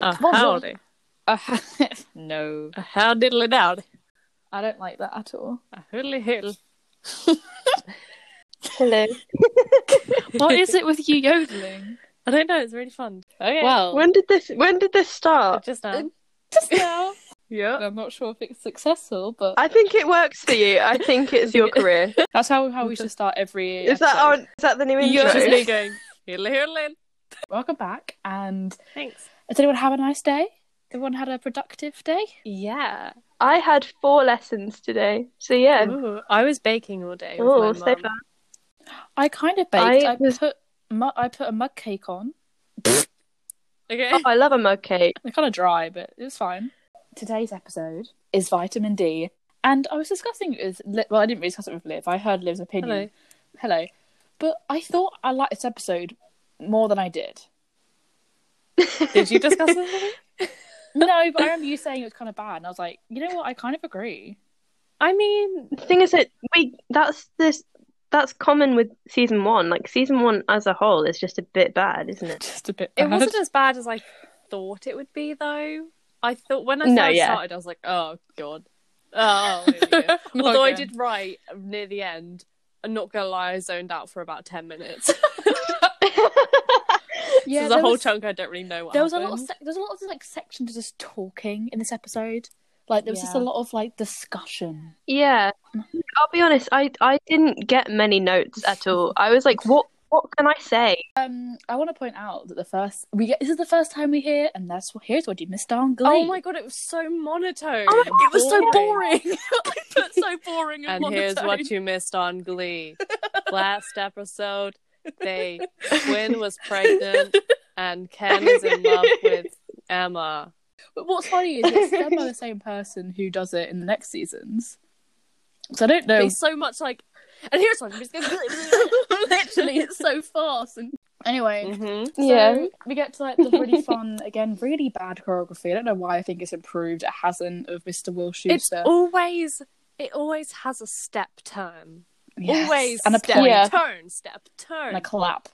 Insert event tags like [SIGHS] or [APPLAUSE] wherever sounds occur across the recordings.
A What was- howdy. [LAUGHS] no, A how diddly dowdy. I don't like that at all. A hoodly hill. Hello. [LAUGHS] what is it with you yodeling? I don't know, it's really fun. Okay. Well, When did this? When did this start? just um, now. just now. [LAUGHS] Yeah. I'm not sure if it's successful, but I think it works for you. I think it's [LAUGHS] your career. that's how, how we should start every. Is that our, episode. is that the new You're intro? just me going, hoodly hoodly. Welcome back, and Thanks. has anyone have a nice day? Everyone had a productive day. Yeah. I had four lessons today, so yeah. Ooh, I was baking all day. with Oh, my so mum. fun. I kind of baked. I, I was- put mu- I put a mug cake on. Okay. [LAUGHS] Oh, I love a mug cake. They're kind of dry, but it was fine. Today's episode is vitamin D, and I was discussing it with Liv. Well, I didn't really discuss it with Liv. I heard Liv's opinion. Hello. But I thought I liked this episode more than I did. Did you discuss this? No, but I remember you saying it was kind of bad, and I was like, you know what? I kind [LAUGHS] of agree. I mean, The thing is that we that's this that's common with season one. Like season one as a whole is just a bit bad, isn't it? Just a bit. it bad. wasn't as bad as I thought it would be, though. I thought when I No, first yeah. started, I was like, oh, God. Oh, here we go. Not Although I again. did write near the end. I'm not gonna lie, I zoned out for about ten minutes. Yeah, There's there a whole was- chunk I don't really know what There was a lot. Of happened. sec there was a lot of like sections of just talking in this episode. Like there was just a Yeah. lot of like discussion. Yeah. I'll be honest, I I didn't get many notes at all. I was like, what what can I say? Um, I want to point out that the first we get this is the first time we hear, and that's what here's what you missed out on Glee. Oh my god, it was so monotone. Oh my it was so boring. [LAUGHS] I put [LAUGHS] so boring And here's what you missed on [LAUGHS] Glee. Last episode, they [LAUGHS] Quinn was pregnant and Ken is in love with Emma. But what's funny is it's done by [LAUGHS] the same person who does it in the next seasons. So I don't know. There's so much like, and here's one. [LAUGHS] Literally, it's so fast. And anyway, hmm So Yeah. we get to like the [LAUGHS] really fun again, really bad choreography. I don't know why I think it's improved. It hasn't of Mr. Will It's Schuster. always it always has a step turn. Yes. Always and a step point Yeah. turn, step turn. and a clap.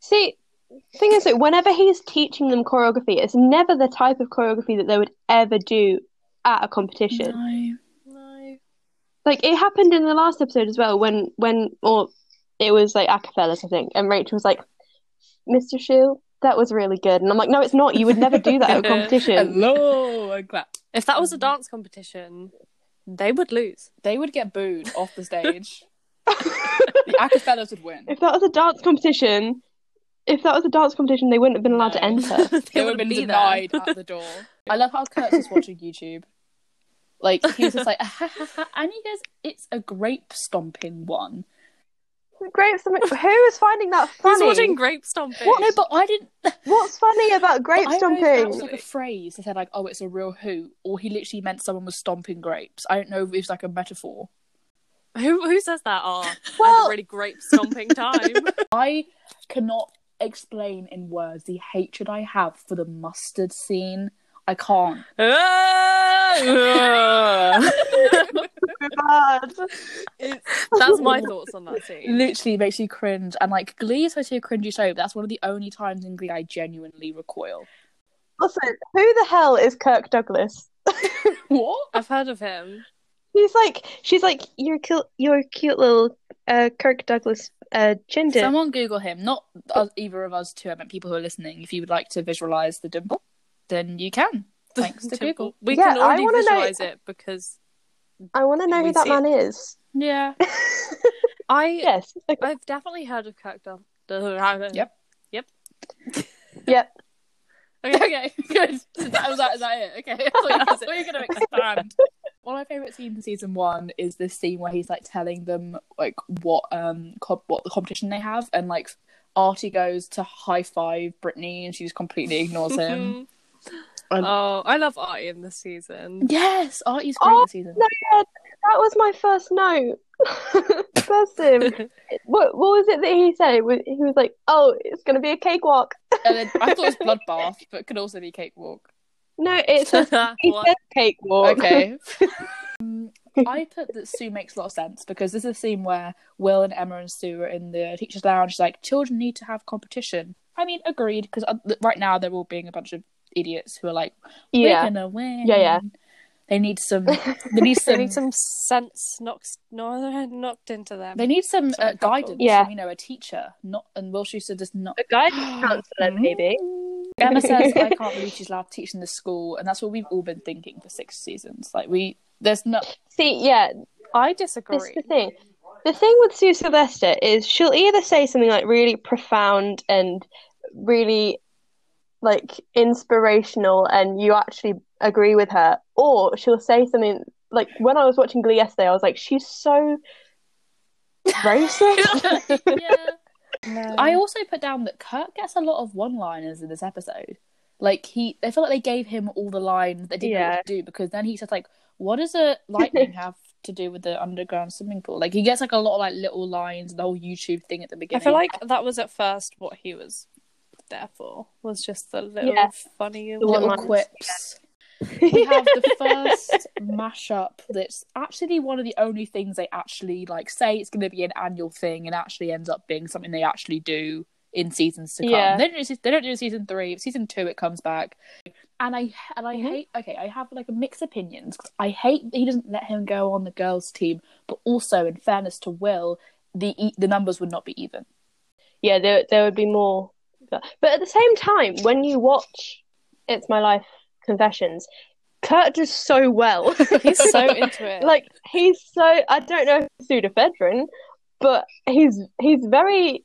See, thing is that whenever he's teaching them choreography, it's never the type of choreography that they would ever do at a competition. No. no. Like it happened in the last episode as well when when or it was like acapellas, I think, and Rachel was like, Mr. Shield, that was really good. And I'm like, no, it's not. You would never do that at [LAUGHS] a competition. Hello, and clap. If that was a Mm-hmm. dance competition, they would lose. They would get booed off the [LAUGHS] stage. the acapellas would win. if that was a dance competition, if that was a dance competition, they wouldn't have been allowed to No. enter. [LAUGHS] [LAUGHS] they They would have been denied at the door. [LAUGHS] I love how Kurtz was watching YouTube. Like he was just like, [LAUGHS] ha, ha, ha. and he goes, "It's a grape stomping one." Grapes. I mean, Who is finding that Who's funny? watching grape stomping? No, but I didn't. [LAUGHS] What's funny about grape I don't know if That was stomping? like a phrase. They said like, "Oh, it's a real hoot," or he literally meant someone was stomping grapes. I don't know if it was like a metaphor. [LAUGHS] [LAUGHS] Who who says that? Oh, I had Well- a really grape stomping time. [LAUGHS] [LAUGHS] I cannot explain in words the hatred I have for the mustard scene. I can't. That's Bad. [LAUGHS] my thoughts on that scene. Literally makes you cringe. And like Glee is supposed to be a cringy show, but that's one of the only times in Glee I genuinely recoil. Also, who the hell is Kirk Douglas? What? I've heard of him. He's like, she's like, you're a cute, you're a cute little uh, Kirk Douglas uh, gender. Someone Google him. Not us, either of us two. I meant people who are listening. If you would like to visualize the dimple, then you can. Thanks [LAUGHS] to Google. We Yeah, can I already wanna know- visualize it because I want to know We who that see- man is. Yeah. I yes. Okay. I've definitely heard of Kirk Doug- Yep. [LAUGHS] Yep. [LAUGHS] Okay. [LAUGHS] okay, good. That was that. Is that it? Okay, [LAUGHS] I thought you- I thought you were going to [LAUGHS] expand. One of my favorite scenes in season one is this scene where he's like telling them like what um co- what the competition they have, and like Artie goes to high five Brittany, and she just completely ignores [LAUGHS] him. [LAUGHS] And- oh, I love Artie in this season. yes, Artie's great Oh, this season. No, yeah, that was my first note. [LAUGHS] [LAUGHS] Bless him. what, what was it that he said? He was- He was like, oh, it's going to be a cakewalk. And then I thought it [LAUGHS] was bloodbath, but it could also be cakewalk. No, [LAUGHS] [LAUGHS] it's a he What? said cakewalk. Okay. Um, I put that Sue makes a lot of sense because this is a scene where Will and Emma and Sue are in the teacher's uh, lounge. She's like, children need to have competition. I mean, agreed, because right now they're all being a bunch of idiots who are like, "We're [LAUGHS] Yeah. gonna win." Yeah, yeah. They need some. They need They some. need some sense knocks, no, knocked into them. They need some uh, Some guidance. Yeah. from, you know, a teacher. Not and Will Schuster does not. Mm-hmm. A [GASPS] guidance counselor, maybe. Emma says I can't believe she's allowed to teach in this school, and that's what we've all been thinking for six seasons. Like we, there's no. [LAUGHS] See, yeah, I this is disagree. the thing. The thing with Sue Sylvester is she'll either say something like really profound and really like inspirational, and you actually agree with her, or she'll say something like when I was watching Glee yesterday, I was like, she's so racist. [LAUGHS] yeah. No. I also put down that Kirk gets a lot of one-liners in this episode. Like he, I feel like they gave him all the lines they didn't know Yeah. what to do because then he says like, "What does a [LAUGHS] lightning have to do with the underground swimming pool?" Like he gets like a lot of like little lines, the whole YouTube thing at the I beginning. feel like that was at first what he was there for was just the little Yeah. funny The little one-liners. quips. [LAUGHS] we have the first mashup that's actually one of the only things they actually like say it's going to be an annual thing and actually ends up being something they actually do in seasons to come. Yeah. They, don't do, se- they don't do season three. Season two, it comes back. And I and I Mm-hmm. hate. Okay, I have like a mixed opinions. 'cause I hate that he doesn't let him go on the girls' team, but also, in fairness to Will, the e- the numbers would not be even. [LAUGHS] yeah, there there would be more. But at the same time, when you watch It's My Life Confessions, Kurt does so well. [LAUGHS] He's [LAUGHS] so into it. like he's so I don't know if it's pseudoephedrine, but he's he's very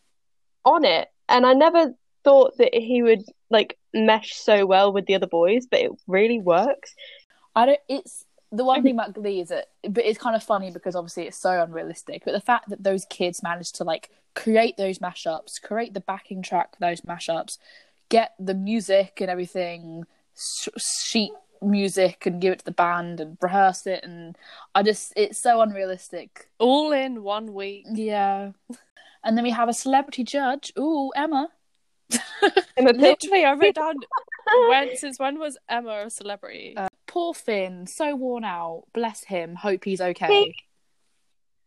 on it, and I never thought that he would like mesh so well with the other boys, but it really works. I don't. It's the one thing about Glee is that, but it's kind of funny because obviously it's so unrealistic. But the fact that those kids managed to like create those mashups, create the backing track for those mashups, get the music and everything, sh- sheet music, and give it to the band and rehearse it, and I just it's so unrealistic. all in one [LAUGHS] week. Yeah. And then we have a celebrity judge. Ooh, Emma. Emma Pil- Literally, I wrote [LAUGHS] down when since when was Emma a celebrity? Uh, poor Finn, so worn out. Bless him. Hope he's okay.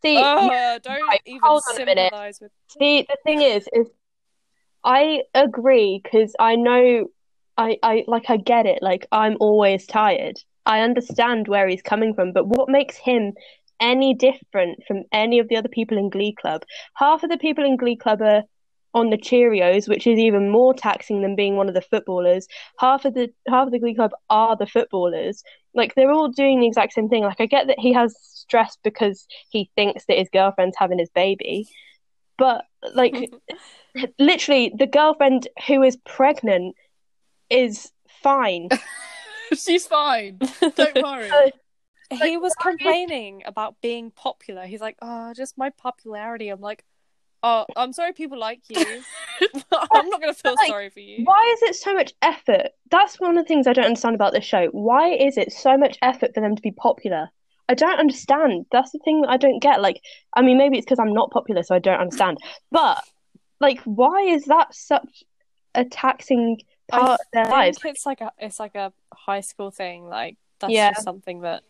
See, oh, don't right, even hold on a minute. sympathize with. See, the thing is, is I agree because I know, I, I like, I get it. Like, I'm always tired. I understand where he's coming from, but what makes him any different from any of the other people in Glee Club? Half of the people in Glee Club are on the Cheerios, which is even more taxing than being one of the footballers. Half of the half of the Glee Club are the footballers. Like, they're all doing the exact same thing. Like, I get that he has stress because he thinks that his girlfriend's having his baby but [LAUGHS] like literally the girlfriend who is pregnant is [LAUGHS] fine [LAUGHS] She's fine. Don't worry. he was complaining about being popular. He's like, oh, just my popularity. I'm like, oh, I'm sorry people like you. [LAUGHS] I'm not going to feel Like, sorry for you. why is it so much effort that's one of the things i don't understand about this show why is it so much effort for them to be popular i don't understand that's the thing that i don't get like i mean maybe it's because i'm not popular so i don't understand but like why is that such a taxing I part of their lives think it's like a it's like a high school thing. Like that's Yeah. just something that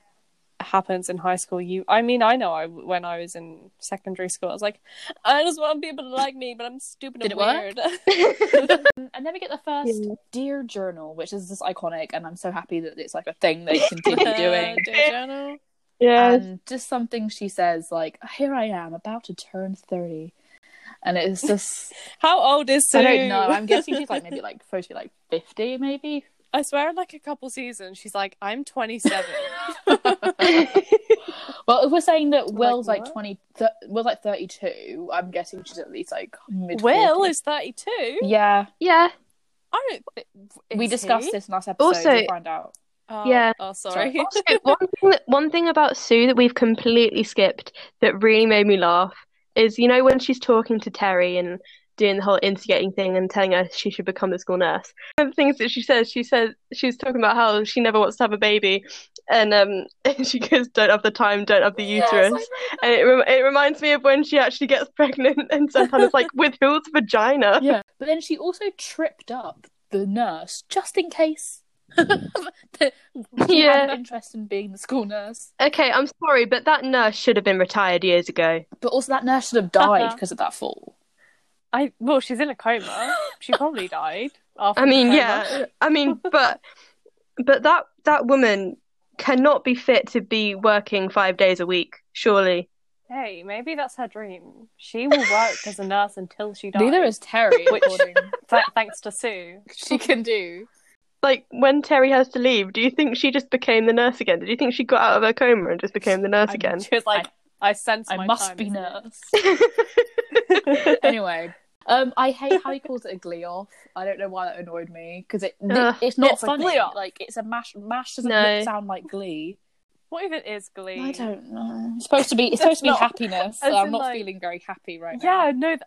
happens in high school. You, I mean, I know. I when I was in secondary school, I was like, I just want people to like me, but I'm stupid Did and it work? weird. [LAUGHS] [LAUGHS] And then we get the first Yeah. Dear Journal, which is just iconic, and I'm so happy that it's like a thing they [LAUGHS] continue Uh, doing. Dear Journal. yeah um, And just something she says, like, "Here I am, about to turn 30. and it's [LAUGHS] just How old is Sue? I don't know. I'm [LAUGHS] guessing she's like maybe like supposed to be like fifty, maybe. I swear, in like a couple seasons, she's like, I'm 27. [LAUGHS] Well, if we're saying that Will's like what? twenty, th- Will's like thirty-two, I'm guessing she's at least like mid. Will 40s. is 32. yeah. yeah I don't. Th- we is discussed he? this in last episode. Also- You'll find out. Oh, Yeah. Oh, sorry. Sorry. [LAUGHS] Also, one thing that, one thing about Sue that we've completely skipped that really made me laugh is you know when she's talking to Terry and doing the whole instigating thing and telling her she should become the school nurse. One of the things that she says, she says she's talking about how she never wants to have a baby, and um, [LAUGHS] she goes, "Don't have the time, don't have the uterus." and it rem- it reminds me of when she actually gets [LAUGHS] pregnant and sometimes like with whose vagina? Yeah. But then she also tripped up the nurse just in case. That she had Yeah. [LAUGHS] an interest in being the school nurse. Okay, I'm sorry, but that nurse should have been retired years ago. But also, that nurse should have died Uh-huh. because of that fall. [LAUGHS] I well, she's in a coma. She probably died. After I mean, the yeah. I mean, but but that that woman cannot be fit to be working five days a week. Surely, coma. Hey, maybe that's her dream. She will work as a nurse until she dies. Neither is Terry, Which- according [LAUGHS] Th- thanks to Sue. she can do. like when Terry has to leave, do you think she just became the nurse again? Did you think she got out of her coma and just became the nurse I- [LAUGHS] again? She was like, I, sense I my must time be is near." nurse. anyway, um, I hate how he calls it a glee off. I don't know why that annoyed me because it Ugh, it's not it's a funny. glee-off. Like it's a mash. Mash doesn't No. look- sound like glee. What even is Glee? I don't know. It's supposed to be. It's supposed to be not- happiness. as and I'm in, not like- feeling very happy right now. Yeah, no, th-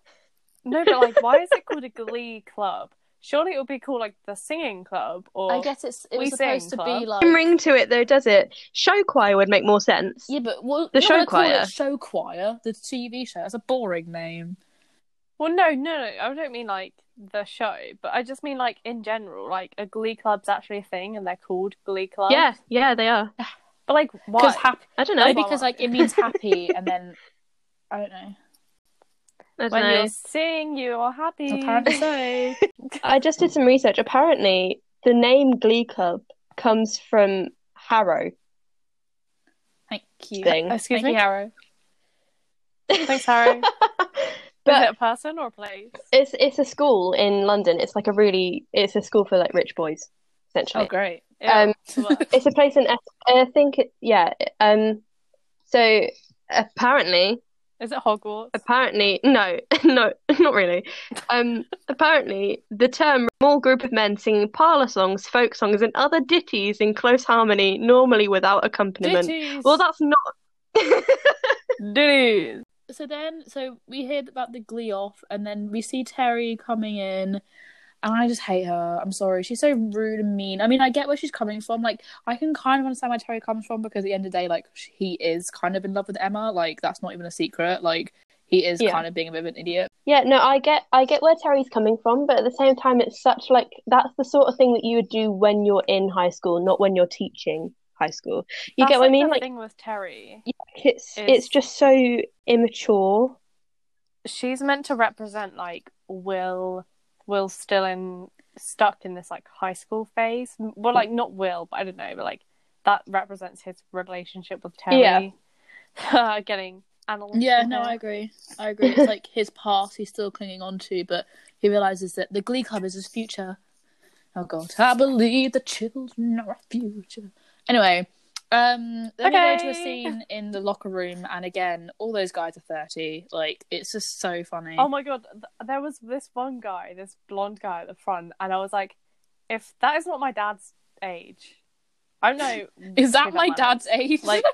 no, but like, why is it called a Glee club? Surely it would be called like the singing club, or I guess it's it We was supposed sing, to club. be like Doesn't ring to it though, does it? Show choir would make more sense. yeah, but what, The you're not show gonna call it choir. Show choir, the TV show. That's a boring name. Well, no, no, no. I don't mean like the show, but I just mean like in general, like a Glee club's actually a thing, and they're called Glee club. Yeah, yeah, they are. but like why? Because happy, I don't know. no, That's why because I like it means happy, and then I don't know. I don't When know. you're sing, you are happy. Apparently so. [LAUGHS] I just did some research. Apparently, the name Glee Club comes from Harrow. Thank you. Thing. Excuse Thank me? you, Harrow. Thanks, Harry. Is it But a person or a place? it's it's a school in London. It's like a really it's a school for like rich boys, essentially. Oh, great. Yeah, Um, what? It's a place in Es- I think it yeah. Um, so apparently, Is it Hogwarts? apparently no, [LAUGHS] no, not really. Um, apparently the term small group of men singing parlor songs, folk songs, and other ditties in close harmony, normally without accompaniment. Ditties. Well, that's not. [LAUGHS] Ditties. so then so we heard about the glee off and then we see terry coming in and i just hate her i'm sorry she's so rude and mean i mean i get where she's coming from like i can kind of understand where terry comes from because at the end of the day like sh- he is kind of in love with emma like that's not even a secret like he is Yeah. kind of being a bit of an idiot Yeah, no, I get I get where Terry's coming from, but at the same time, it's such like that's the sort of thing that you would do when you're in high school, not when you're teaching high school. [LAUGHS] You That's, get what I like, mean? The Like thing with Terry, it's it's is- just so [LAUGHS] immature. she's meant to represent like Will. Will still in stuck in this like high school phase. Well, like not Will, but I don't know, but like that represents his relationship with [LAUGHS] Terry. Yeah, getting analyzed. yeah no i agree i agree it's like his past he's still clinging on to but he realizes that the glee club is his future oh god i believe the children are our future anyway um then we go to a Okay. scene in the locker room and again all those guys are 30 like it's just so funny Oh my god, th- there was this one guy, this blonde guy at the front, and I was like, if that is not my dad's age, I don't know. [LAUGHS] is that who my man dad's age Like,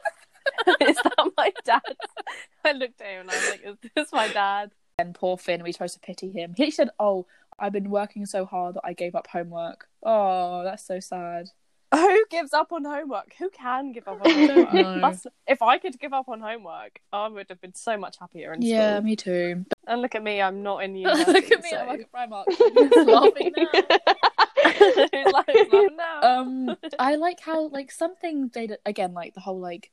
is that my dad? [LAUGHS] I looked at him and I was like, is this my dad? [LAUGHS] and poor finn we tries to pity him he said oh i've been working so hard that i gave up homework oh that's so sad Who gives up on homework? Who can give [LAUGHS] up on I don't homework? know. That's- if I could give up on homework, I would have been so much happier in yeah school. me too And look at me, I'm not [LAUGHS] in university. look at me so- [LAUGHS] i'm like [LAUGHS] a primark He's laughing [LAUGHS] now Who's like, who's laughing [LAUGHS] now? um i like how like something they d- again like the whole like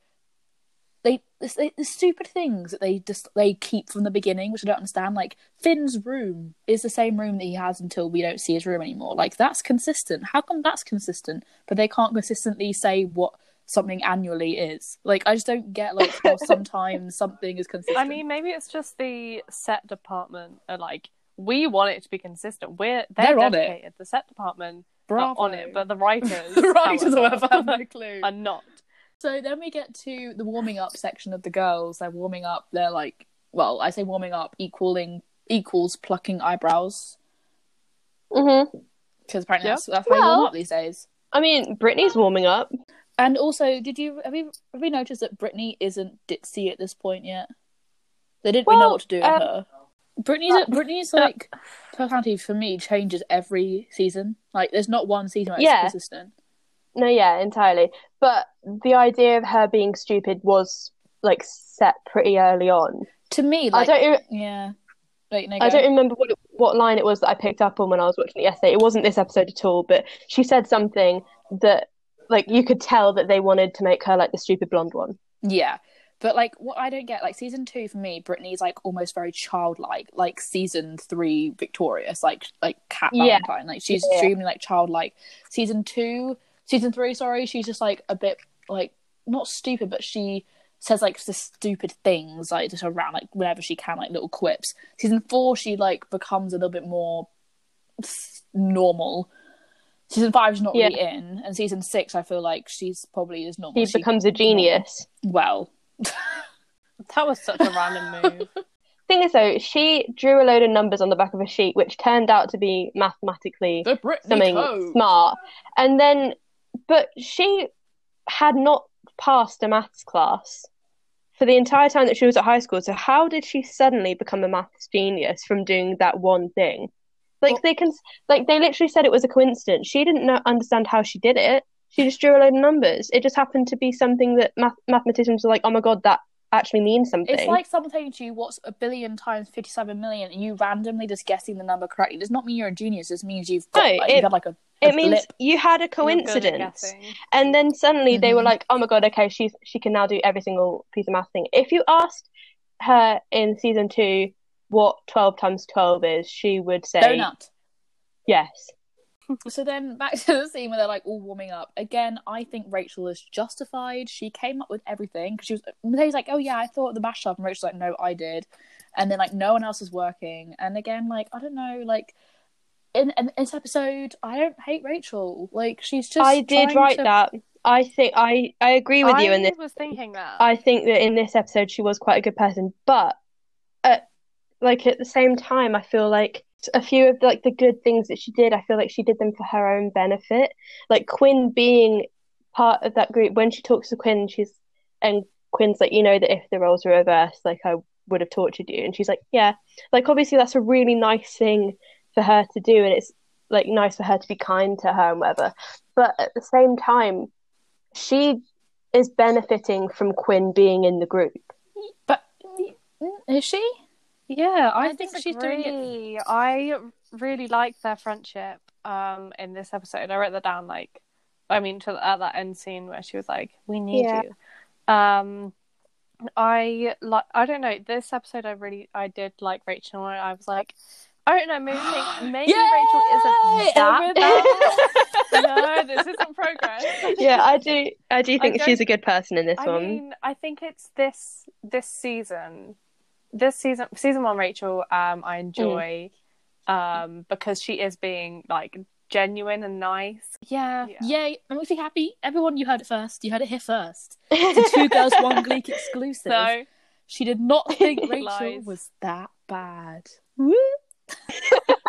they this- they- the stupid things that they just they keep from the beginning which i don't understand like finn's room is the same room that he has until we don't see his room anymore like that's consistent how come that's consistent but they can't consistently say what something annually is like i just don't get like [LAUGHS] how sometimes something is consistent I mean, maybe it's just the set department. Are like, we want it to be consistent. We're they're, They're on it. dedicated. The set department Bravo. are on it, [LAUGHS] but the writers, the writers however, however, have no clue [LAUGHS] are not. So then we get to the warming up section of the girls. They're warming up. They're like, well, I say warming up equaling equals plucking eyebrows hmm because apparently Yeah. that's, that's how you warm Well- up these days. I mean, Britney's warming up. And also, did you have you have you noticed that Brittany isn't ditzy at this point yet? They didn't really know Well, what to do with um, uh, her. Brittany's Brittany's like personality for me changes every season. Like, there's not one season where it's Yeah. consistent. No, yeah, entirely. But the idea of her being stupid was like set pretty early on. To me, I like, don't. re- yeah, like, no, I go. don't remember what what line it was that I picked up on when I was watching it yesterday. It wasn't this episode at all, but she said something that like you could tell that they wanted to make her like the stupid blonde one. Yeah, But like what I don't get, like season two for me, Brittany's like almost very childlike, like season three victorious, like like Cat Yeah. Valentine. Like she's Yeah. extremely like childlike. Season two season three, sorry, she's just like a bit like not stupid, but she says like the stupid things like just around like whenever she can, like little quips. Season four she like becomes a little bit more s- normal. Season five, she's not really in, and season six, I feel like she's probably as normal. He as she becomes a genius. well. That was such a [LAUGHS] random move. Thing is, though, she drew a load of numbers on the back of a sheet, which turned out to be mathematically The Britney something smart. And then, but she had not passed a maths class for the entire time that she was at high school. So how did she suddenly become a maths genius from doing that one thing? Like Well- they can, like they literally said it was a coincidence. She didn't know, understand how she did it. She just drew a load of numbers. It just happened to be something that math- mathematicians are like, oh my god, that actually means something. It's like someone saying to you, "What's a billion times fifty-seven million? and you randomly just guessing the number correctly. It does not mean you're a genius. It just means you've got No, like, it- you've had like a it means blip. you had a You're good at coincidence. guessing. And then suddenly they were Mhm. like, "Oh my god, okay, she's she can now do every single piece of math thing." If you asked her in season two what twelve times twelve is, she would say donut. yes. So then back [LAUGHS] to the scene where they're like all warming up. Again, I think Rachel is justified. She came up with everything because she was Mateo's like, "Oh yeah, I thought the mashup," and Rachel's like, "No, I did." And then like no one else is working. And again, like I don't know, like in, in this episode, I don't hate Rachel. Like she's just I did trying write to- that. I think I I agree with I you in this. was thinking that. I think that in this episode she was quite a good person, but at, like at the same time, I feel like a few of like the good things that she did, I feel like she did them for her own benefit. Like Quinn being part of that group, when she talks to Quinn, she's and Quinn's like, you know that if the roles were reversed, like I would have tortured you, and she's like, yeah. Like obviously that's a really nice thing for her to do, and it's like nice for her to be kind to her and whatever. But at the same time, she is benefiting from Quinn being in the group. But mm, is she? yeah, I, I think she's disagree. doing it. I really like their friendship um, in this episode. I wrote that down, like, I mean, to, at that end scene where she was like, "We need Yeah. you." Um, I like. I don't know. This episode, I really, I did like Rachel. and I was like, I don't know. [GASPS] Maybe, think- maybe Rachel Yay! isn't We're that back. bad. [LAUGHS] no, this isn't progress. [LAUGHS] yeah, I do. I do think don't- she's a good person in this I [LAUGHS] one. mean, I think it's this this season, this season, season one. Rachel, um, I enjoy, um, because she is being like genuine and nice. Yeah, Yay! I'm actually happy. Everyone, you heard it first. You heard it here first. It's a two girls, [LAUGHS] [LAUGHS] one Gleek exclusive. So she did not [LAUGHS] think Rachel Lies. was that bad.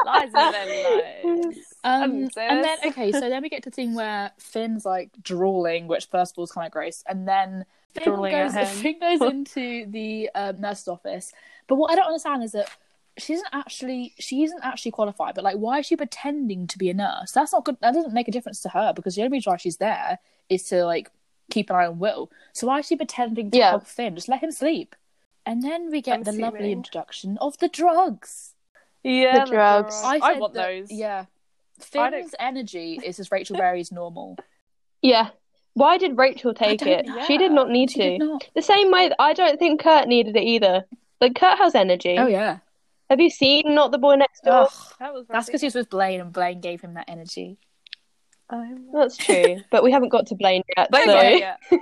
lies and then lies. Um, sis. and then okay, so then we get to [LAUGHS] the scene where Finn's like drooling, which first of all is kind of gross, and then Finn Drooling at goes, him. [LAUGHS] Finn goes into the um, nurse's office. But what I don't understand is that she isn't actually she isn't actually qualified. But like, why is she pretending to be a nurse? That's not good. That doesn't make a difference to her because the only reason why she's there is to like keep an eye on Will. So why is she pretending to Yeah. help Finn? Just let him sleep. And then we get I'm the lovely fuming. introduction of the drugs. yeah, the drugs. I, said want that- those. Yeah. I don't- Finn's energy is as Rachel Berry's [LAUGHS] normal. yeah. Why did Rachel take don't it? know. She did not need She to. did not. The same way that I don't think Kurt needed it either. Like Kurt has energy. Oh yeah. Have you seen Not the Boy Next Door? Ugh, That was that's because he was with Blaine, and Blaine gave him that energy. I'm That's true, but we haven't got to Blaine yet. Blaine so- got it, [LAUGHS] yeah.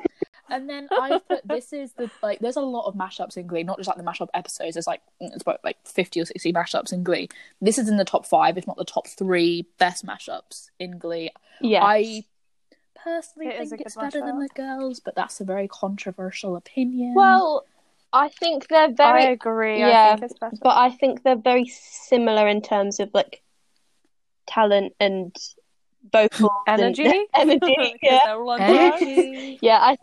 And then I put [LAUGHS] this is the like. There's a lot of mashups in Glee, not just like the mashup episodes. There's like mm, it's about like fifty or sixty mashups in Glee. This is in the top five, if not the top three best mashups in Glee. Yes. I personally It is think a good it's better than the mashup. girls, but that's a very controversial opinion. Well, I think they're I very, agree. I yeah, think it's better. but I think they're very similar in terms of like talent and vocal energy, [LAUGHS] [LAUGHS] energy. 'Cause [LAUGHS] Yeah. they're all on Energy. drugs. Yeah, I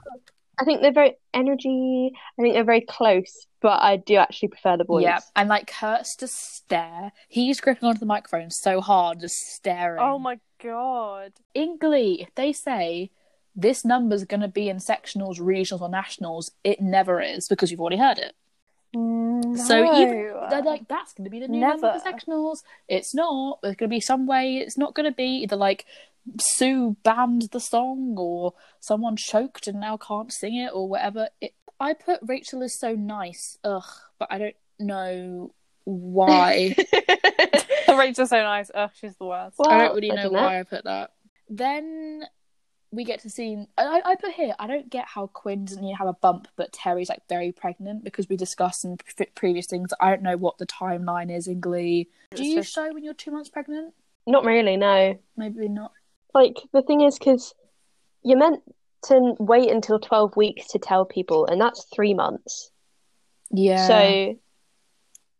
I think they're very energy. I think they're very close, but I do actually prefer the boys. Yeah, and like Kurt's just stare. He's gripping onto the microphone so hard, just staring. Oh my god. In Glee, if they say this number's going to be in sectionals, regionals, or nationals, it never is because you've already heard it. So even No. they're like, that's going to be the new number Never. for sectionals. It's not. There's going to be some way. It's not going to be either like Sue banned the song or someone choked and now can't sing it or whatever. It I put Rachel is so nice. Ugh, but I don't [LAUGHS] know why. [LAUGHS] Rachel's so nice. Ugh, she's the worst. Well, I don't really know imagine that. why I put that. Then we get to see. I, I put here. I don't get how Quinn doesn't need to have a bump, but Terry's like very pregnant because we discussed in pre- previous things. I don't know what the timeline is in Glee. It's Do you just- show when you're two months pregnant? [LAUGHS] Not really, no. Maybe not. Like the thing is, because you're meant to wait until twelve weeks to tell people, and that's three months. Yeah. So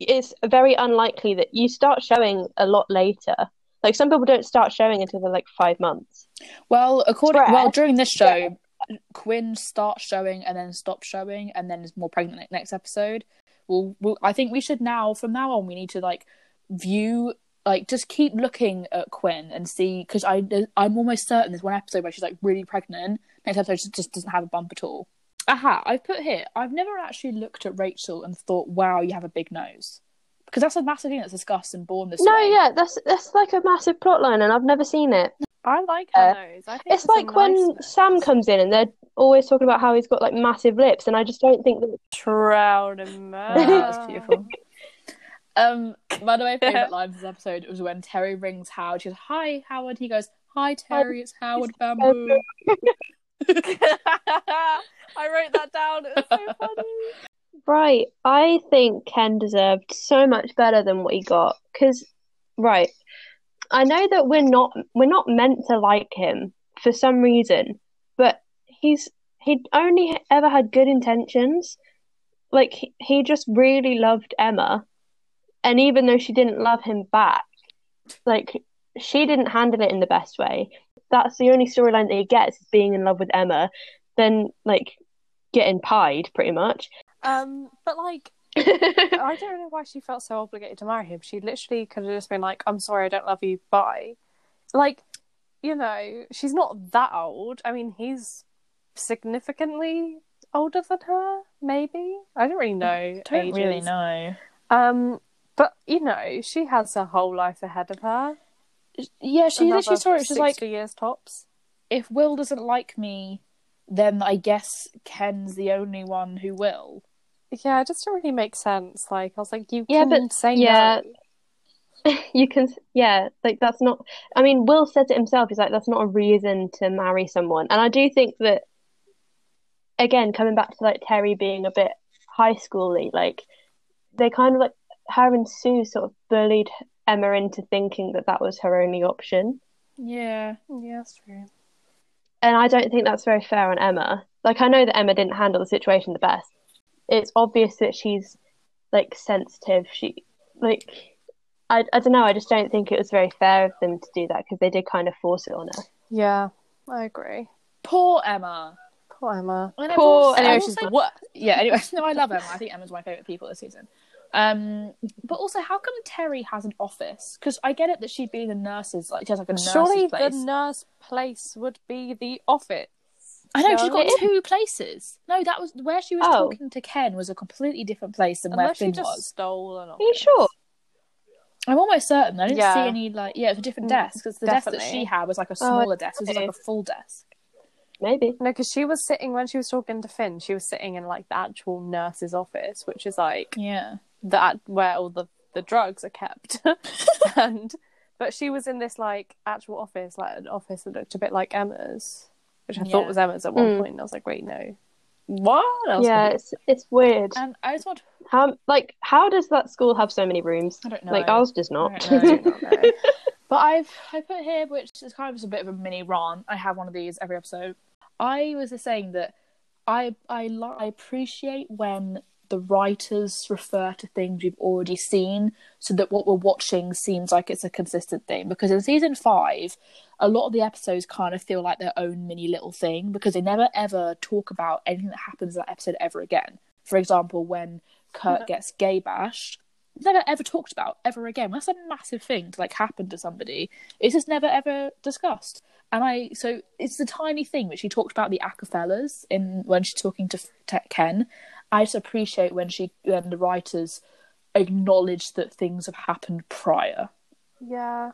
it's very unlikely that you start showing a lot later. Like some people don't start showing until they're like five months. well, according Spread. well during this show, Quinn starts showing and then stops showing and then is more pregnant ne- next episode. Well, well, I think we should now from now on we need to like view like just keep looking at Quinn and see because I I'm almost certain there's one episode where she's like really pregnant. Next episode she just doesn't have a bump at all. Aha! I've put here. I've never actually looked at Rachel and thought, "Wow, you have a big nose," because that's a massive thing that's discussed and born this No, way. yeah, that's that's like a massive plot line, and I've never seen it. I like her Uh, nose. I think [LAUGHS] It's like when Sam [LAUGHS] comes in and they're always talking about how he's got like massive lips, and I just don't think that. Trout Wow, that's beautiful. Ah. Um, one of [LAUGHS] my Yeah. favorite lines of this episode was when Terry rings Howard. She goes, "Hi, Howard." He goes, "Hi, Terry. [LAUGHS] It's Howard Bamboo." [LAUGHS] I wrote that down. It was [LAUGHS] so funny. Right, I think Ken deserved so much better than what he got. Cause, right, I know that we're not we're not meant to like him for some reason, but he's he only ever had good intentions. Like he, he just really loved Emma, and even though she didn't love him back, like she didn't handle it in the best way. That's the only storyline that he gets is being in love with Emma, then like getting pied pretty much. [LAUGHS] Um, but like, I don't know why she felt so obligated to marry him. She literally could have just been like, "I'm sorry, I don't love you. Bye." Like, you know, she's not that old. I mean, he's significantly older than her. Maybe I don't really know. ages. know. Um, but you know, she has her whole life ahead of her. Yeah, she literally saw it. She's like, 60 years tops. "If Will doesn't like me, then I guess Ken's the only one who will." Yeah, it just didn't really make sense. Like, I was like, you Yeah, can but- say yeah. no. [LAUGHS] you can yeah like that's not i mean will says it himself he's like that's not a reason to marry someone and i do think that again coming back to like terry being a bit high schooly like they kind of like her and sue sort of bullied emma into thinking that that was her only option Yeah. Yeah, that's true. and i don't think that's very fair on emma like i know that emma didn't handle the situation the best it's obvious that she's like sensitive she like I, I don't know. I just don't think it was very fair of them to do that because they did kind of force it on her. Yeah, I agree. Poor Emma. Poor Emma. And Poor I've also- Emma. I've She's also the What? yeah [LAUGHS] anyway no i love emma i think emma's one of my favorite people this season um but also how come terry has an office because i get it that she'd be the nurses like she has like a nurse's Surely place the nurse place would be the office. i know she's got It is. two places no that was where she was Oh. talking to ken was a completely different place than Unless where she Finn just was stole an Are you office. sure? i'm almost certain i didn't see Yeah. any like yeah it was a different Mm, desk because the desk that definitely. she had was like a smaller desk it was okay. like a full desk Maybe. No, because she was sitting when she was talking to Finn. She was sitting in like the actual nurse's office, which is like yeah that where all the the drugs are [LAUGHS] kept and but she was in this like actual office like an office that looked a bit like emma's which i Yeah. Hmm. thought was emma's at one Mm. point and i was like wait no what I was Yeah, confused. it's it's weird. and i just want to How like how does that school have so many rooms? i don't know Like ours does not. [LAUGHS] I don't I do not know. But I've I put here, which is kind of just a bit of a mini rant. I have one of these every episode. I was just saying that I I li- I appreciate when the writers refer to things we've already seen, so that what we're watching seems like it's a consistent thing. Because in season five, a lot of the episodes kind of feel like their own mini little thing because they never ever talk about anything that happens in that episode ever again. For example, when Kurt gets gay bashed, never ever talked about ever again. That's a massive thing to like happen to somebody. It's just never ever discussed. And I so it's the tiny thing which she talked about the Acapellas in when she's talking to, to Ken. I just appreciate when she when the writers acknowledge that things have happened prior. [LAUGHS] yeah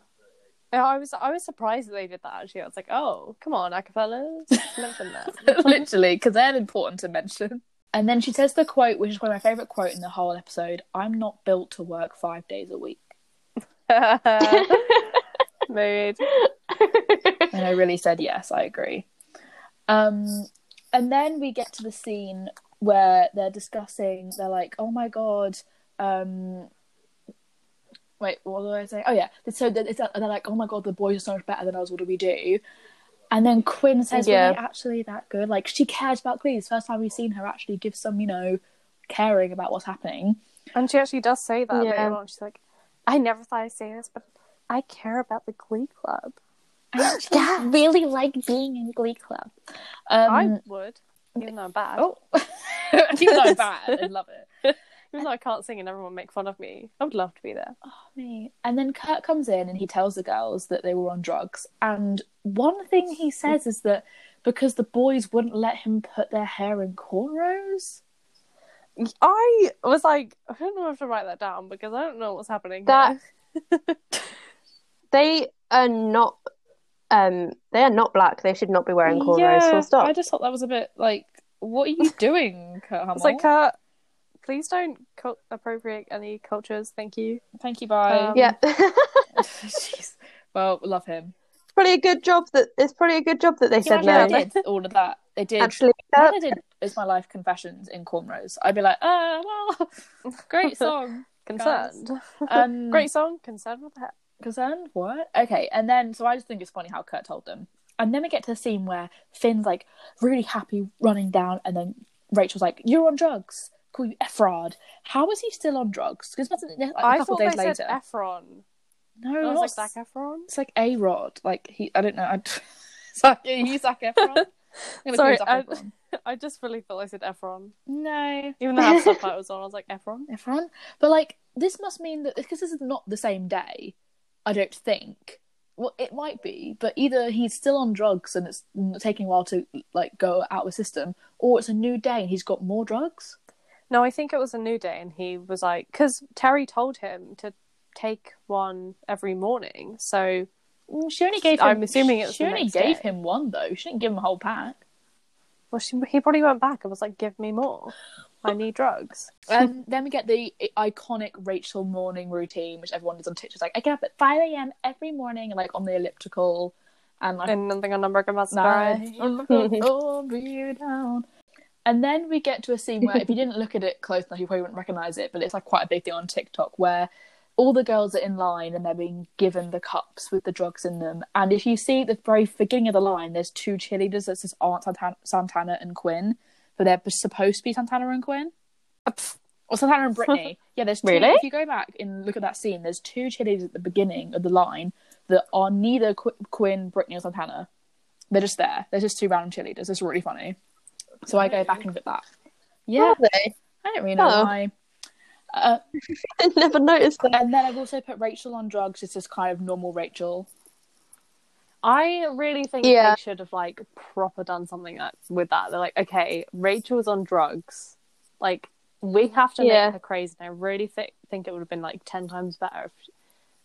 Yeah, I was I was surprised that they did that actually. I was like, oh, come on, acapellas. Mention that. Literally, because they're important to mention. And then she says the quote, which is one of my favourite quote in the whole episode I'm not built to work five days a week. [LAUGHS] Mood. And I really said yes, I agree. Um, and then we get to the scene where they're discussing, they're like, oh my god, um, wait, what do I say? Oh yeah, so th- it's, they're like, oh my god, the boys are so much better than us, what do we do? And then Quinn says, yeah. Yeah. were they actually that good? Like, she cares about Glee. It's the first time we've seen her actually give some, you know, caring about what's happening. And she actually does say that Yeah. later on. She's like, I never thought I'd say this, but I care about the Glee Club. yeah, really like being in Glee Club. Um, I would, even though I'm bad. Oh, [LAUGHS] even though I'm bad, I love it. Even though I can't sing and everyone make fun of me, I would love to be there. Me. And then Kurt comes in and he tells the girls that they were on drugs. And one thing he says is that because the boys wouldn't let him put their hair in cornrows. I was like, I don't know if to write that down because I don't know what's happening. That here. they are not um they are not black. They should not be wearing cornrows. full stop. I just thought that was a bit like, what are [LAUGHS] you doing, Kurt Hummel? It's like, Kurt, please don't cul- appropriate any cultures. Thank [LAUGHS] you. Thank you, bye. Um, yeah. [LAUGHS] it's [LAUGHS] Jeez. Well, love him. probably a good job that it's probably a good job that they Can said you imagine no. they did all of that. They did. Actually, If Kurt, they did "Is My Life Confessions" in cornrows. I'd be like, uh, well, [LAUGHS] great song. [LAUGHS] [LAUGHS] Concerned. Um, Great song. Concerned with that. concerned. What? Okay, and then so I just think it's funny how Kurt told them. And then we get to the scene where Finn's like really happy running down, and then Rachel's like, "You're on drugs. Call you Efrod. How is he still on drugs? Because like, a I couple thought days they later. said Efron. no, I not was like, s- Zac Efron? it's like a Rod. Like he, I don't know. [LAUGHS] I, it's like, are you Zac [LAUGHS] Efron? I'm gonna call Sorry, you Zac I- [LAUGHS] Efron. [LAUGHS] I just really thought I said Efron. no. Even though I have subtitles on, I was like, Efron? Efron. But like this must mean that because this is not the same day, I don't think. Well, it might be, but either he's still on drugs and it's taking a while to like go out of his system, or it's a new day and he's got more drugs. No, I think it was a new day, and he was like, because Terry told him to take one every morning. So Mm, She only gave. Him, I'm assuming it was she the only next gave day. him one though. She didn't give him a whole pack. well, she, he probably went back and was like, give me more. I need drugs. Um, [LAUGHS] then we get the iconic Rachel morning routine, which everyone does on TikTok. It's like I get up at five a.m. every morning, like on the elliptical, and like And nothing on number of Nice. mascara. Oh, be down. And then we get to a scene where, if you didn't look at it close enough, you probably wouldn't recognize it, but it's like quite a big thing on TikTok where all the girls are in line and they're being given the cups with the drugs in them. And if you see at the very beginning of the line, there's two cheerleaders that says Aunt Santana, Santana and Quinn, but they're supposed to be Santana and Quinn. Or Santana and Brittany. Yeah, there's two. Really? If you go back and look at that scene, there's two cheerleaders at the beginning of the line that are neither Qu- Quinn, Brittany, or Santana. They're just there. They're just two random cheerleaders. It's really funny. So I go back and look at that. Yeah, [LAUGHS] I don't really know Oh. why. Uh, I never noticed that. and then I've also put Rachel on drugs. It's just kind of normal Rachel. I really think Yeah. they should have like proper done something that, with that. They're like, okay, Rachel's on drugs. Like, we have to Yeah. make her crazy. And I really think think it would have been like ten times better if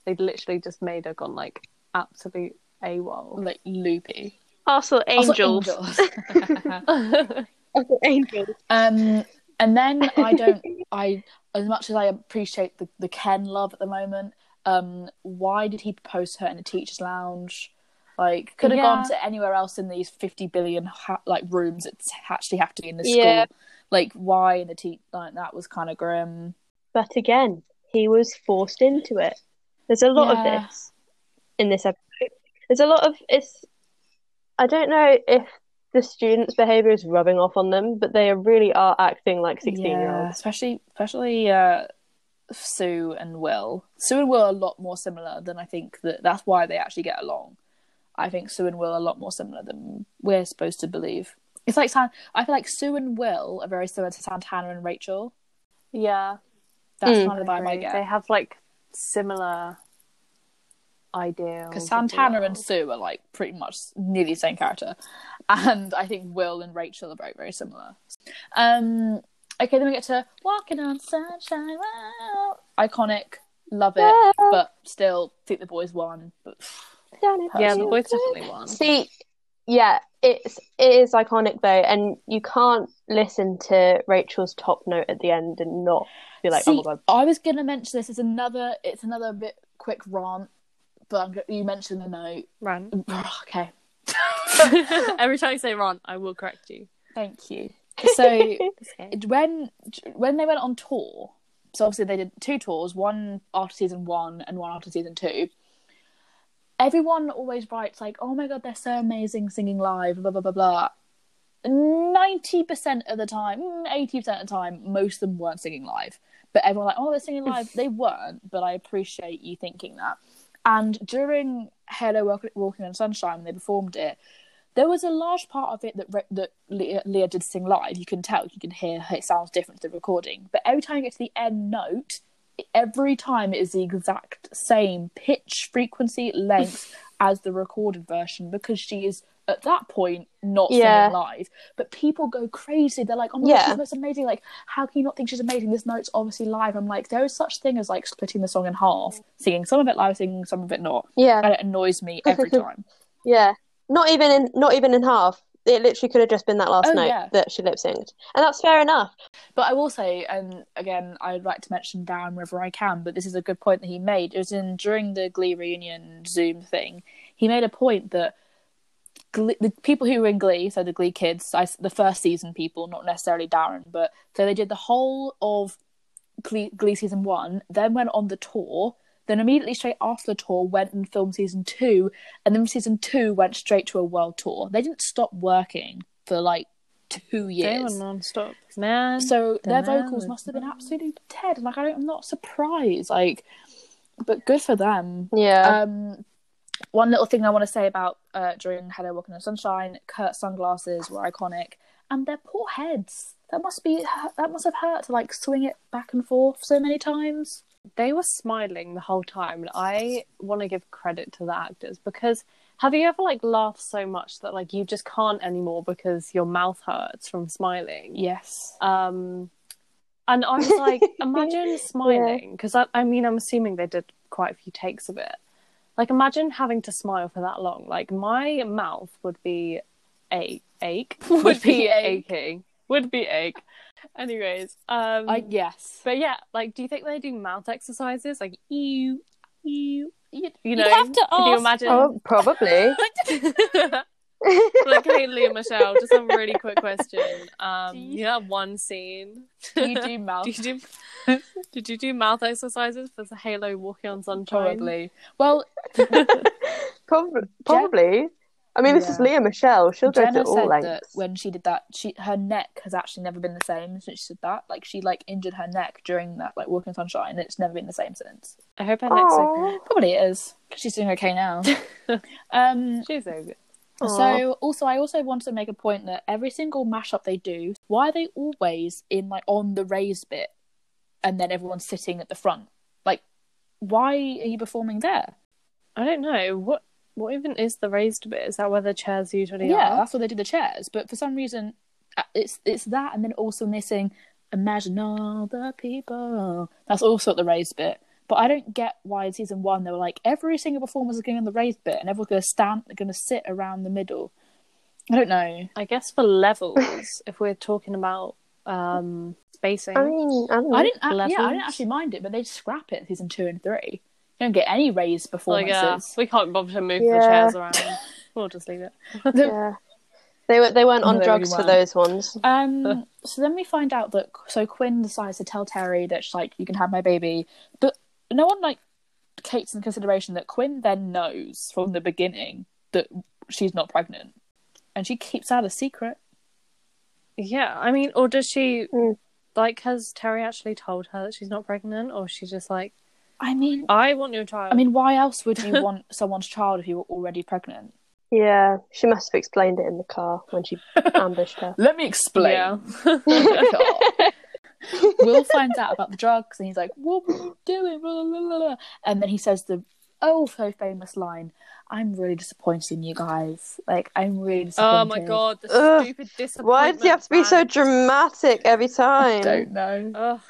they'd literally just made her gone like absolute AWOL. Like loopy. Also, Also, angels. angels. [LAUGHS] [LAUGHS] Angel. um, and then I don't. I as much as I appreciate the, the Ken love at the moment. Um, why did he propose to her in a teacher's lounge? Like, could have Yeah. gone to anywhere else in these fifty billion ha- like rooms that actually have to be in this Yeah. school. Like, why in the teach? Like, that was kind of grim. But again, he was forced into it. There's a lot Yeah. of this in this episode. There's a lot of it's. I don't know if the students' behaviour is rubbing off on them, but they really are acting like sixteen-year-olds. especially especially uh, Sue and Will. Sue and Will are a lot more similar than I think that. That's why they actually get along. I think Sue and Will are a lot more similar than we're supposed to believe. It's like San- I feel like Sue and Will are very similar to Santana and Rachel. Yeah. That's Mm. kind of the vibe I They get. have like similar ideals. Because of Santana the and Sue are like pretty much nearly the same character, and I think Will and Rachel are very very similar. Um, okay, then we get to Walking on Sunshine. Wow. Iconic, love it. but still think the boys won. But world. Yeah, the boys definitely won. See, yeah, it's it is iconic though, and you can't listen to Rachel's top note at the end and not be like, oh See, my god, I was gonna mention this. It's another. It's another bit quick rant, but I'm go- you mentioned the note. [SIGHS] Run. okay, Every time you say run, I will correct you. thank you. [LAUGHS] So Okay. when when they went on tour, so obviously they did two tours, one after season one and one after season two. Everyone always writes like, "Oh my god, they're so amazing singing live." Blah blah blah blah. Ninety percent of the time, mm, eighty percent of the time, most of them weren't singing live. But everyone like, "Oh, they're singing live." they weren't, but I appreciate you thinking that. And during Hello Walk- Walking on Sunshine, when they performed it, there was a large part of it that re- that Leah, Leah did sing live. You can tell, you can hear her, it sounds different to the recording. But every time you get to the end note, every time it is the exact same pitch, frequency, length as the recorded version because she is at that point not Yeah. singing live. But people go crazy. They're like, "Oh my god, Yeah. she's the most amazing!" Like, how can you not think she's amazing? This note's obviously live. I'm like, there is such thing as like splitting the song in half, singing some of it live, singing some of it not, yeah, and it annoys me every time. yeah, not even in not even in half. It literally could have just been that last Oh, note yeah. that she lip synced, and that's fair enough. But I will say, and again, I'd like to mention Darren wherever I can, but this is a good point that he made. It was in during the Glee reunion Zoom thing. He made a point that Glee, the people who were in Glee, so the Glee kids, I, the first season people, not necessarily Darren, but so they did the whole of Glee, Glee season one, then went on the tour, then immediately straight after the tour went and filmed season two, and then season two went straight to a world tour. They didn't stop working for like two They were years. non-stop. Man. So their Dunno. vocals must have been absolutely dead. Like I don't, I'm not surprised. Like, but good for them. Yeah, Um, one little thing I want to say about uh, during Hello Walking in the Sunshine, Kurt's sunglasses were iconic, and their poor heads. That must be that must have hurt to like swing it back and forth so many times. they were smiling the whole time and i want to give credit to the actors because have you ever like laughed so much that like you just can't anymore because your mouth hurts from smiling Yes. um and i was like imagine smiling because I, I mean i'm assuming they did quite a few takes of it like imagine having to smile for that long like my mouth would be ache ache would, be be, ache. aching would be ache anyways um I yes. but yeah, like, do you think they do mouth exercises? Like, ew, ew, you, you You'd know? have to Can you ask. imagine? oh, probably. Um, [LAUGHS] like, hey, Leah Michelle, just a really quick question. Um, Do you... you- have one scene. [LAUGHS] You [LAUGHS] do mouth. Did you do? [LAUGHS] Did you do mouth exercises for the Halo Walking on Sunshine? Probably. Well, Prob- probably. I mean, this is Leah Michelle. She'll go Jenna to all said lengths. that when she did that, she her neck has actually never been the same since she did that. Like she like injured her neck during that like walking sunshine, and it's never been the same since. I hope her neck's okay. Aw. Probably it is. 'cause She's doing okay [LAUGHS] now. um. She's so good. So also, I also wanted to make a point that every single mashup they do, why are they always in like on the raised bit, and then everyone's sitting at the front? Like, why are you performing there? I don't know what what even is the raised bit. Is that where the chairs usually Yeah, are? that's where they do the chairs. But for some reason, uh, it's it's that, and then also missing "Imagine all the people." That's also at the raised bit. But I don't get why in season one they were like every single performers are going on the raised bit, and everyone's going to stand, they're going to sit around the middle. I don't know. I guess for levels, [LAUGHS] if we're talking about um spacing. I mean, I don't know. I didn't. I, yeah, I Levels. didn't actually mind it, but they scrap it in season two and three. You don't get any raised Like, performances. uh, we can't bother to move the Yeah. chairs [LAUGHS] around. We'll just leave it. Yeah. They were they weren't No, on they really drugs for weren't. those ones. [LAUGHS] Um, so then we find out that so Quinn decides to tell Terry that she's like, "You can have my baby," but no one like takes in consideration that Quinn then knows from the beginning that she's not pregnant, and she keeps that a secret. Yeah, I mean, or does she Mm. like? Has Terry actually told her that she's not pregnant, or she's just like, I mean, I want your child? I mean, why else would [LAUGHS] you want someone's child if you were already pregnant? Yeah, she must have explained it in the car when she ambushed her. Let me explain. yeah. [LAUGHS] [LAUGHS] Will finds out about the drugs and he's like, What were you doing? Blah, blah, blah, blah. And then he says the oh so famous line, I'm really disappointed in you guys. Like, I'm really disappointed. oh my god, the Ugh. stupid disappointment. [LAUGHS] Why do you have to be so man. dramatic every I time? don't know. Ugh.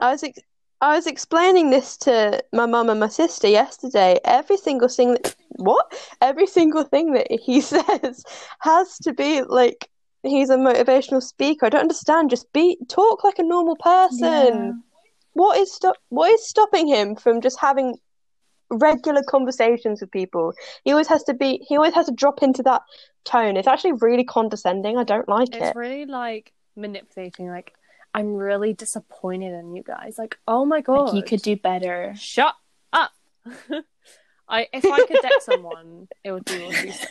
I was ex- I was explaining this to my mum and my sister yesterday. Every single thing that, what? Every single thing that he [LAUGHS] says has to be like he's a motivational speaker. I don't understand. Just be talk like a normal person. What is stop? What is stopping him from just having regular conversations with people? He always has to be. He always has to drop into that tone. It's actually really condescending. I don't like it. It's really like manipulating. Like, I'm really disappointed in you guys. Like, oh my Like, god, you could do better. shut up. [LAUGHS] I if I could deck someone, it would be Ortiz.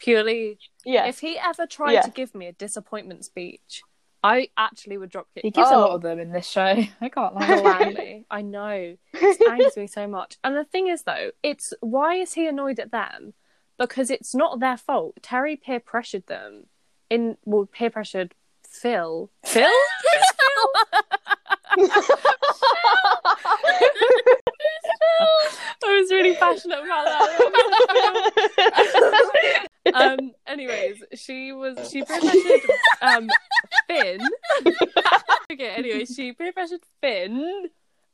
Purely, yeah, if he ever tried Yeah. to give me a disappointment speech, I actually would drop He [LAUGHS] kick. gives a Oh. lot of them in this show. [LAUGHS] I can't [LAUGHS] lie. Gladly, I know. It [LAUGHS] angers me so much. And the thing is, though, it's why is he annoyed at them? Because it's not their fault. Terry peer pressured them. In well, peer pressured Phil. [LAUGHS] Phil. [LAUGHS] I was really passionate about that. [LAUGHS] um. Anyways, she was she peer-pressured um Finn. [LAUGHS] okay. Anyway, she peer-pressured Finn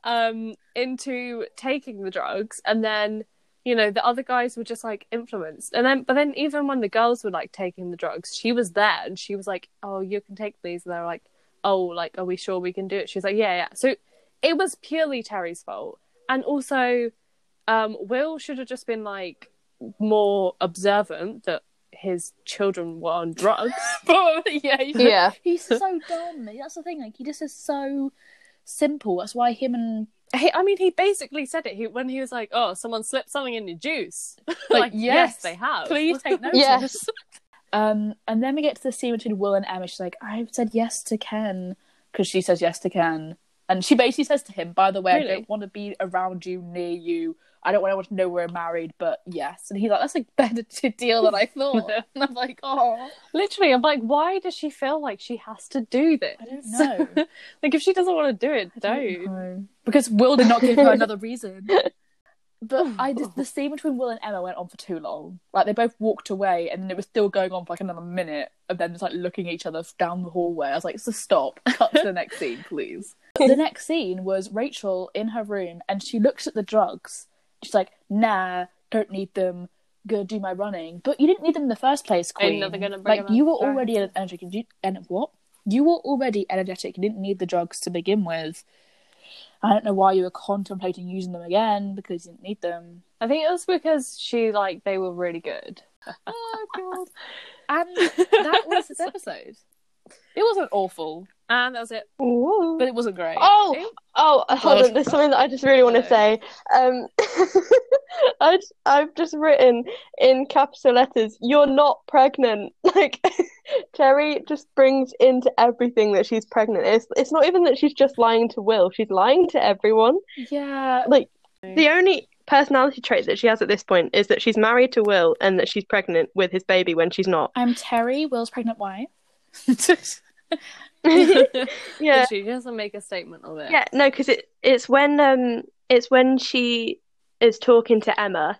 um into taking the drugs, and then you know the other guys were just like influenced, and then but then even when the girls were like taking the drugs, she was there and she was like, "Oh, you can take these," and they're like, "Oh, like are we sure we can do it?" She's like, "Yeah, yeah." So it was purely Terry's fault, and also um, Will should have just been like more observant that his children were on drugs. [LAUGHS] Probably, yeah. you should- yeah. He's so dumb. That's the thing. Like he just is so simple. That's why him and he, I mean, he basically said it he, when he was like, "Oh, someone slipped something in your juice." [LAUGHS] like, yes, yes, they have. Please [LAUGHS] Oh, take notice. [LAUGHS] Yes. Um, and then we get to the scene between Will and Emma. She's like, I've said yes to Ken. Because she says yes to Ken. And she basically says to him, by the way, I Really? don't want to be around you, near you. I don't want anyone to know we're married, but yes. And he's like, that's a [LAUGHS] better t- deal than I thought. and [LAUGHS] I'm like, oh, Literally, I'm like, why does she feel like she has to do this? I [LAUGHS] don't know. like, if she doesn't want to do it, don't. Because Will did not give her another reason. [LAUGHS] But I [LAUGHS] just, the scene between Will and Emma went on for too long. Like they both walked away, and then it was still going on for like another minute of them just like looking at each other down the hallway. I was like, "So stop, cut to the next scene, please." [LAUGHS] the next scene was Rachel in her room, and she looks at the drugs. She's like, "Nah, don't need them. Go do my running." But you didn't need them in the first place, Ain't Queen. nothing gonna bring like them you were up. Sorry. already energetic. and You, and what? You were already energetic. You didn't need the drugs to begin with. I don't know why you were contemplating using them again because you didn't need them. I think it was because she like they were really good. Oh god! [LAUGHS] And that was this episode. It wasn't awful, And that was it. Ooh. but it wasn't great. Oh, oh, hold God. on. There's something that I just really want to say. Um, [LAUGHS] I j- I've just written in capital letters, "You're not pregnant." [LAUGHS] Like Terry just brings into everything that she's pregnant. It's it's not even that she's just lying to Will. She's lying to everyone. yeah, Like the only personality trait that she has at this point is that she's married to Will and that she's pregnant with his baby when she's not. I'm Terry, Will's pregnant wife. [LAUGHS] yeah, She doesn't make a statement of it. Yeah, no, because it it's when um it's when she is talking to Emma,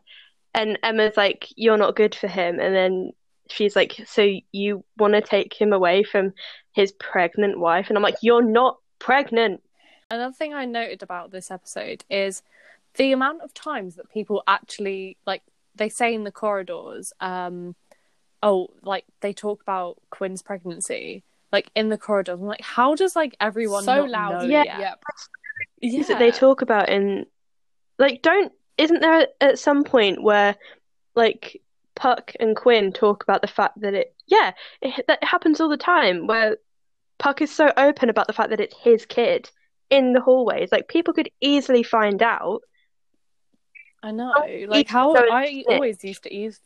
and Emma's like, "You're not good for him," and then she's like, "So you want to take him away from his pregnant wife?" And I'm like, "You're not pregnant." Another thing I noted about this episode is the amount of times that people actually like they say in the corridors, um, oh, like they talk about Quinn's pregnancy, like in the corridors. I'm like, how does like everyone so not loud. know Yeah. yet? Is that they talk about in like don't isn't there at some point where like Puck and Quinn talk about the fact that it yeah it, that happens all the time where Puck is so open about the fact that it's his kid in the hallways like people could easily find out I know. Don't Like eavesdrop how on I shit. always used to eaves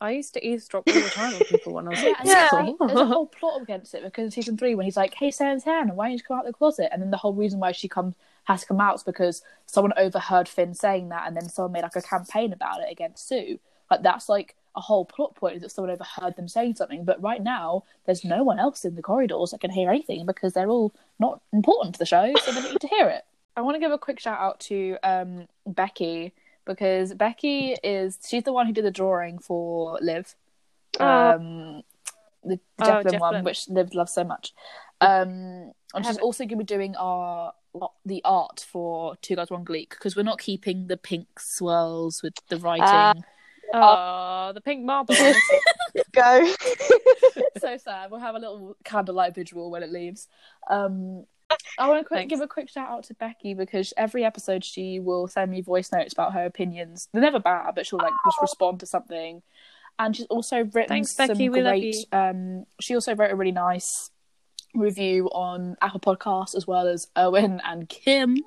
I used to eavesdrop all the time on people when I was Yeah, like, and [LAUGHS] Yeah. there's, like, there's a whole plot against it because in season three, when he's like, "Hey, Sam's Hannah, why don't you come out the closet?" and then the whole reason why she comes has to come out is because someone overheard Finn saying that, and then someone made like a campaign about it against Sue. Like that's like a whole plot point is that someone overheard them saying something. But right now, there's no one else in the corridors that can hear anything because they're all not important to the show, so they don't need to hear it. I want to give a quick shout out to um, Becky because Becky is she's the one who did the drawing for Live Oh. um, the Oh, Devlin Jeff one, Lynne. which Liv loves so much. Um, and she's haven't. also going to be doing our the art for Two Guys One Gleek because we're not keeping the pink swirls with the writing. Ah. [LAUGHS] Oh, the pink [LAUGHS] marble. Go. [LAUGHS] so sad. We'll have a little candlelight vigil when it leaves. Um, I want to quick, Thanks. give a quick shout out to Becky because every episode she will send me voice notes about her opinions. They're never bad, but she'll like just respond to something. And she's also written Oh. Thanks, some Becky. We love great. Um, she also wrote a really nice review on Apple Podcasts as well as Owen and Kim.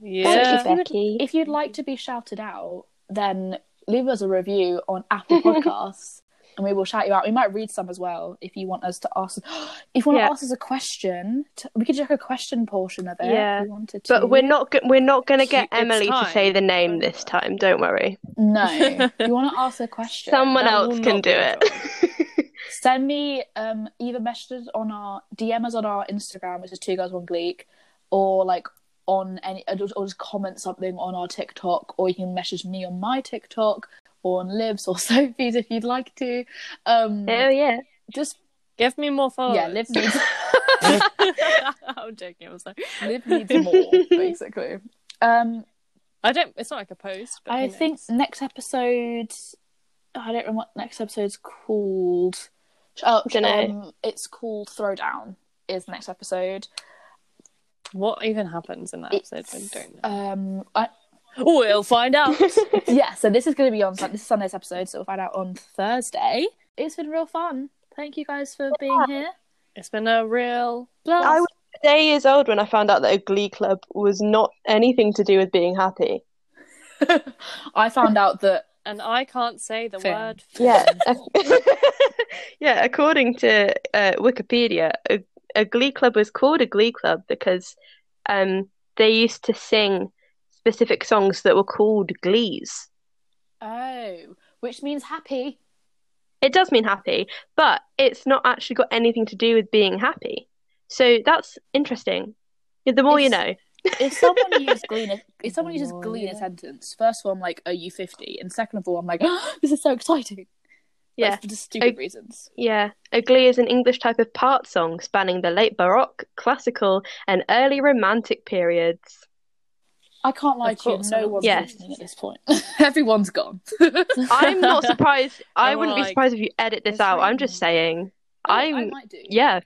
yeah. Thank you, Becky. If you'd like to be shouted out, then leave us a review on [LAUGHS] Apple Podcasts and we will shout you out. We might read some as well if you want us to ask. [GASPS] If you want Yeah. to ask us a question, t we could check a question portion of it Yeah. if you wanted to. But we're not go- we're not going to get It's Emily to time. say the name this time. Don't worry. [LAUGHS] No. you want to ask a question? Someone that else will can not do be a [LAUGHS] it. Send me um, either messages on our DM us on our Instagram, which is Two Girls One Gleek, or like on any, or just, or just comment something on our TikTok, or you can message me on my TikTok, or on Liv's or [LAUGHS] Sophie's if you'd like to. Um, oh yeah. Just Give me more followers. yeah, Liv needs [LAUGHS] I'm joking. I'm sorry. Liv needs more basically. Um, I don't. It's not like a post. But I you know. think next episode. I don't remember what next episode's called. Oh, Dunno. um, it's called Throwdown. Is the next episode. what even happens in that episode. I It's, don't know. Um, I, [LAUGHS] we'll find out. yeah, so this is going to be on Sun- this is Sunday's episode, so we'll find out on Thursday. It's been real fun. Thank you guys for being here. it's been a real. Blast. I was a day years old when I found out that a glee club was not anything to do with being happy. I found out that And I can't say the Fin. word. [LAUGHS] Yeah. [LAUGHS] yeah, according to uh, Wikipedia, a, a glee club was called a glee club because um, they used to sing specific songs that were called glees. oh, which means happy. It does mean happy, but it's not actually got anything to do with being happy. So that's interesting. The more you It's- know. If someone uses glee, in a, if someone uses Oh, glee in a yeah. sentence, first of all, I'm like, "Are you 50? And second of all, I'm like, [GASPS] "This is so exciting." But Yeah. it's for just stupid I- reasons. Yeah, a glee is an English type of part song spanning the late Baroque, classical, and early Romantic periods. I can't lie Of to you. course No not. one's Yes. listening at this point. [LAUGHS] Everyone's gone. I'm not surprised. I They were wouldn't be like, surprised if you edit this "It's out. I'm written." just saying. Oh, I I'm might do. yeah.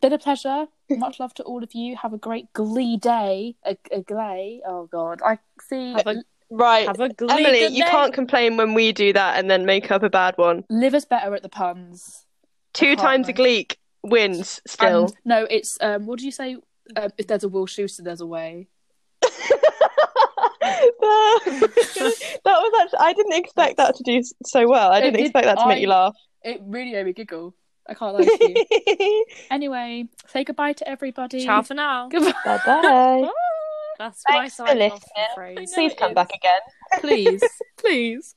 Been [LAUGHS] a pleasure. Much love to all of you. Have a great glee day. A, a glay. Oh God, I see. Have [LAUGHS] a, Right, have a glee Emily, good you day. can't complain when we do that and then make up a bad one. Live us better at the puns. Two can't, times a right? gleek wins still. And- no, it's um. What do you say? Um, if there's a Will Schuster, there's a way. [LAUGHS] that was actually, I didn't expect that to do so well. I It didn't did- expect that to make you I- laugh. It really made me giggle. I can't lie to [LAUGHS] you. [LAUGHS] anyway, say goodbye to everybody. Ciao for now. Goodbye. Bye bye. That's Thanks my for sign off listening. phrase. [LAUGHS] Please come back again. Please, please.